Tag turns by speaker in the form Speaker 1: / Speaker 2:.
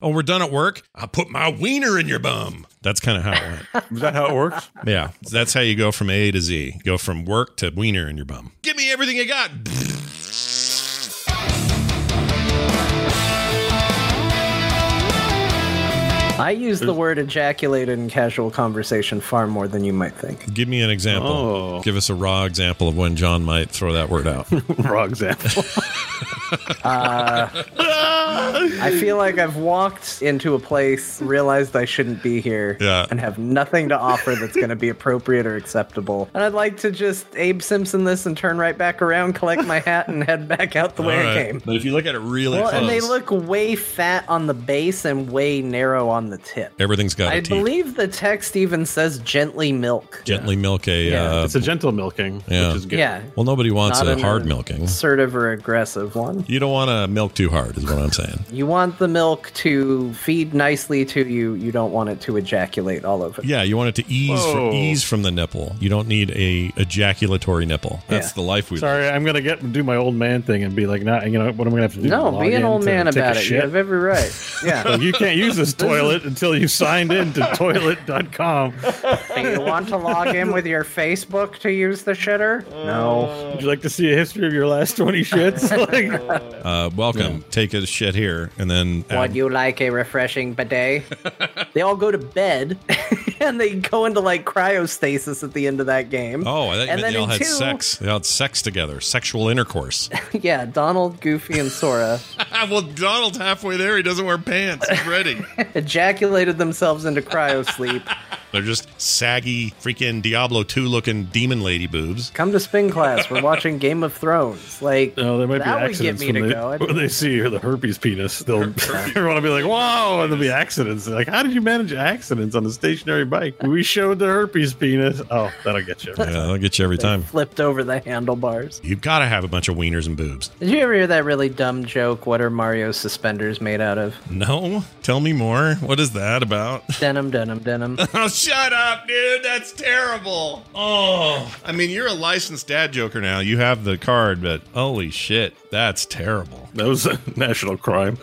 Speaker 1: oh, we're done at work. I'll put my wiener in your bum. That's kind of how it went.
Speaker 2: Is that how it works?
Speaker 1: Yeah, that's how you go from A to Z. Go from work to wiener in your bum. Give me everything you got.
Speaker 3: I use the word ejaculate in casual conversation far more than you might think.
Speaker 1: Give me an example.
Speaker 2: Oh.
Speaker 1: Give us a raw example of when John might throw that word out.
Speaker 2: Wrong example.
Speaker 3: I feel like I've walked into a place, realized I shouldn't be here,
Speaker 1: Yeah.
Speaker 3: and have nothing to offer that's going to be appropriate or acceptable. And I'd like to just Abe Simpson this and turn right back around, collect my hat, and head back out the way
Speaker 1: All
Speaker 3: I
Speaker 1: right.
Speaker 3: came.
Speaker 1: But if you look at it really
Speaker 3: Well,
Speaker 1: close,
Speaker 3: and they look way fat on the base and way narrow on the tip.
Speaker 1: everything's got a
Speaker 3: I
Speaker 1: teeth.
Speaker 3: believe the text even says gently milk.
Speaker 1: Gently milk a.
Speaker 3: Yeah.
Speaker 1: Uh,
Speaker 2: it's a gentle milking,
Speaker 1: Yeah.
Speaker 2: which is good.
Speaker 3: Yeah.
Speaker 1: well, nobody wants
Speaker 3: Not
Speaker 1: a
Speaker 3: an
Speaker 1: hard milking.
Speaker 3: Assertive or aggressive one.
Speaker 1: You don't want to milk too hard, is what I'm saying.
Speaker 3: You want the milk to feed nicely to you. You don't want it to ejaculate all over.
Speaker 1: Yeah, you want it to ease
Speaker 2: Whoa.
Speaker 1: from, ease from the nipple. You don't need a ejaculatory nipple. That's
Speaker 3: Yeah.
Speaker 1: the life we
Speaker 2: Sorry, I'm gonna get do my old man thing and be like, nah, you know what I'm gonna have to do?
Speaker 3: No,
Speaker 2: Log
Speaker 3: be an
Speaker 2: in
Speaker 3: old
Speaker 2: to
Speaker 3: man
Speaker 2: take a
Speaker 3: about it. You
Speaker 2: shit?
Speaker 3: have every right. Yeah.
Speaker 2: Like, you can't use this toilet until you signed in to toilet.com.
Speaker 3: Do you want to log in with your Facebook to use the shitter?
Speaker 1: Mm,
Speaker 3: No.
Speaker 2: Would you like to see a history of your last 20 shits? Like,
Speaker 1: live. Uh, welcome. Take a shit here, and then add-
Speaker 3: Would you like a refreshing bidet? they all go to bed and they go into like cryostasis at the end of that game.
Speaker 1: Oh, I thought you
Speaker 3: And
Speaker 1: meant
Speaker 3: then
Speaker 1: they all
Speaker 3: in
Speaker 1: had
Speaker 3: two-
Speaker 1: sex. They all had sex together, sexual intercourse.
Speaker 3: yeah, Donald, Goofy, and Sora
Speaker 1: well, Donald's halfway there. He doesn't wear pants. He's ready.
Speaker 3: ejaculated themselves into cryo sleep.
Speaker 1: They're just saggy, freaking Diablo 2 looking demon lady boobs.
Speaker 3: Come to spin class. We're watching Game of Thrones. Like,
Speaker 2: no, Oh, there might
Speaker 3: that would
Speaker 2: be
Speaker 3: get
Speaker 2: accidents
Speaker 3: me to
Speaker 2: when, they,
Speaker 3: go.
Speaker 2: when they see the herpes penis. They'll everyone will be like, "Wow!" and there'll be accidents. They're like, how did you manage accidents on a stationary bike? We showed the herpes penis. Oh, that'll get you.
Speaker 1: Yeah, that'll get you every time.
Speaker 3: flipped over the handlebars.
Speaker 1: You've got to have a bunch of wieners and boobs.
Speaker 3: Did you ever hear that really dumb joke? What are Mario's suspenders made out of?
Speaker 1: No? Tell me more. What is that about?
Speaker 3: Denim, denim, denim.
Speaker 1: Oh, shut up, dude. That's terrible. Oh, I mean, you're a licensed dad joker now. You have the card, but holy shit, that's terrible.
Speaker 2: That was a national crime.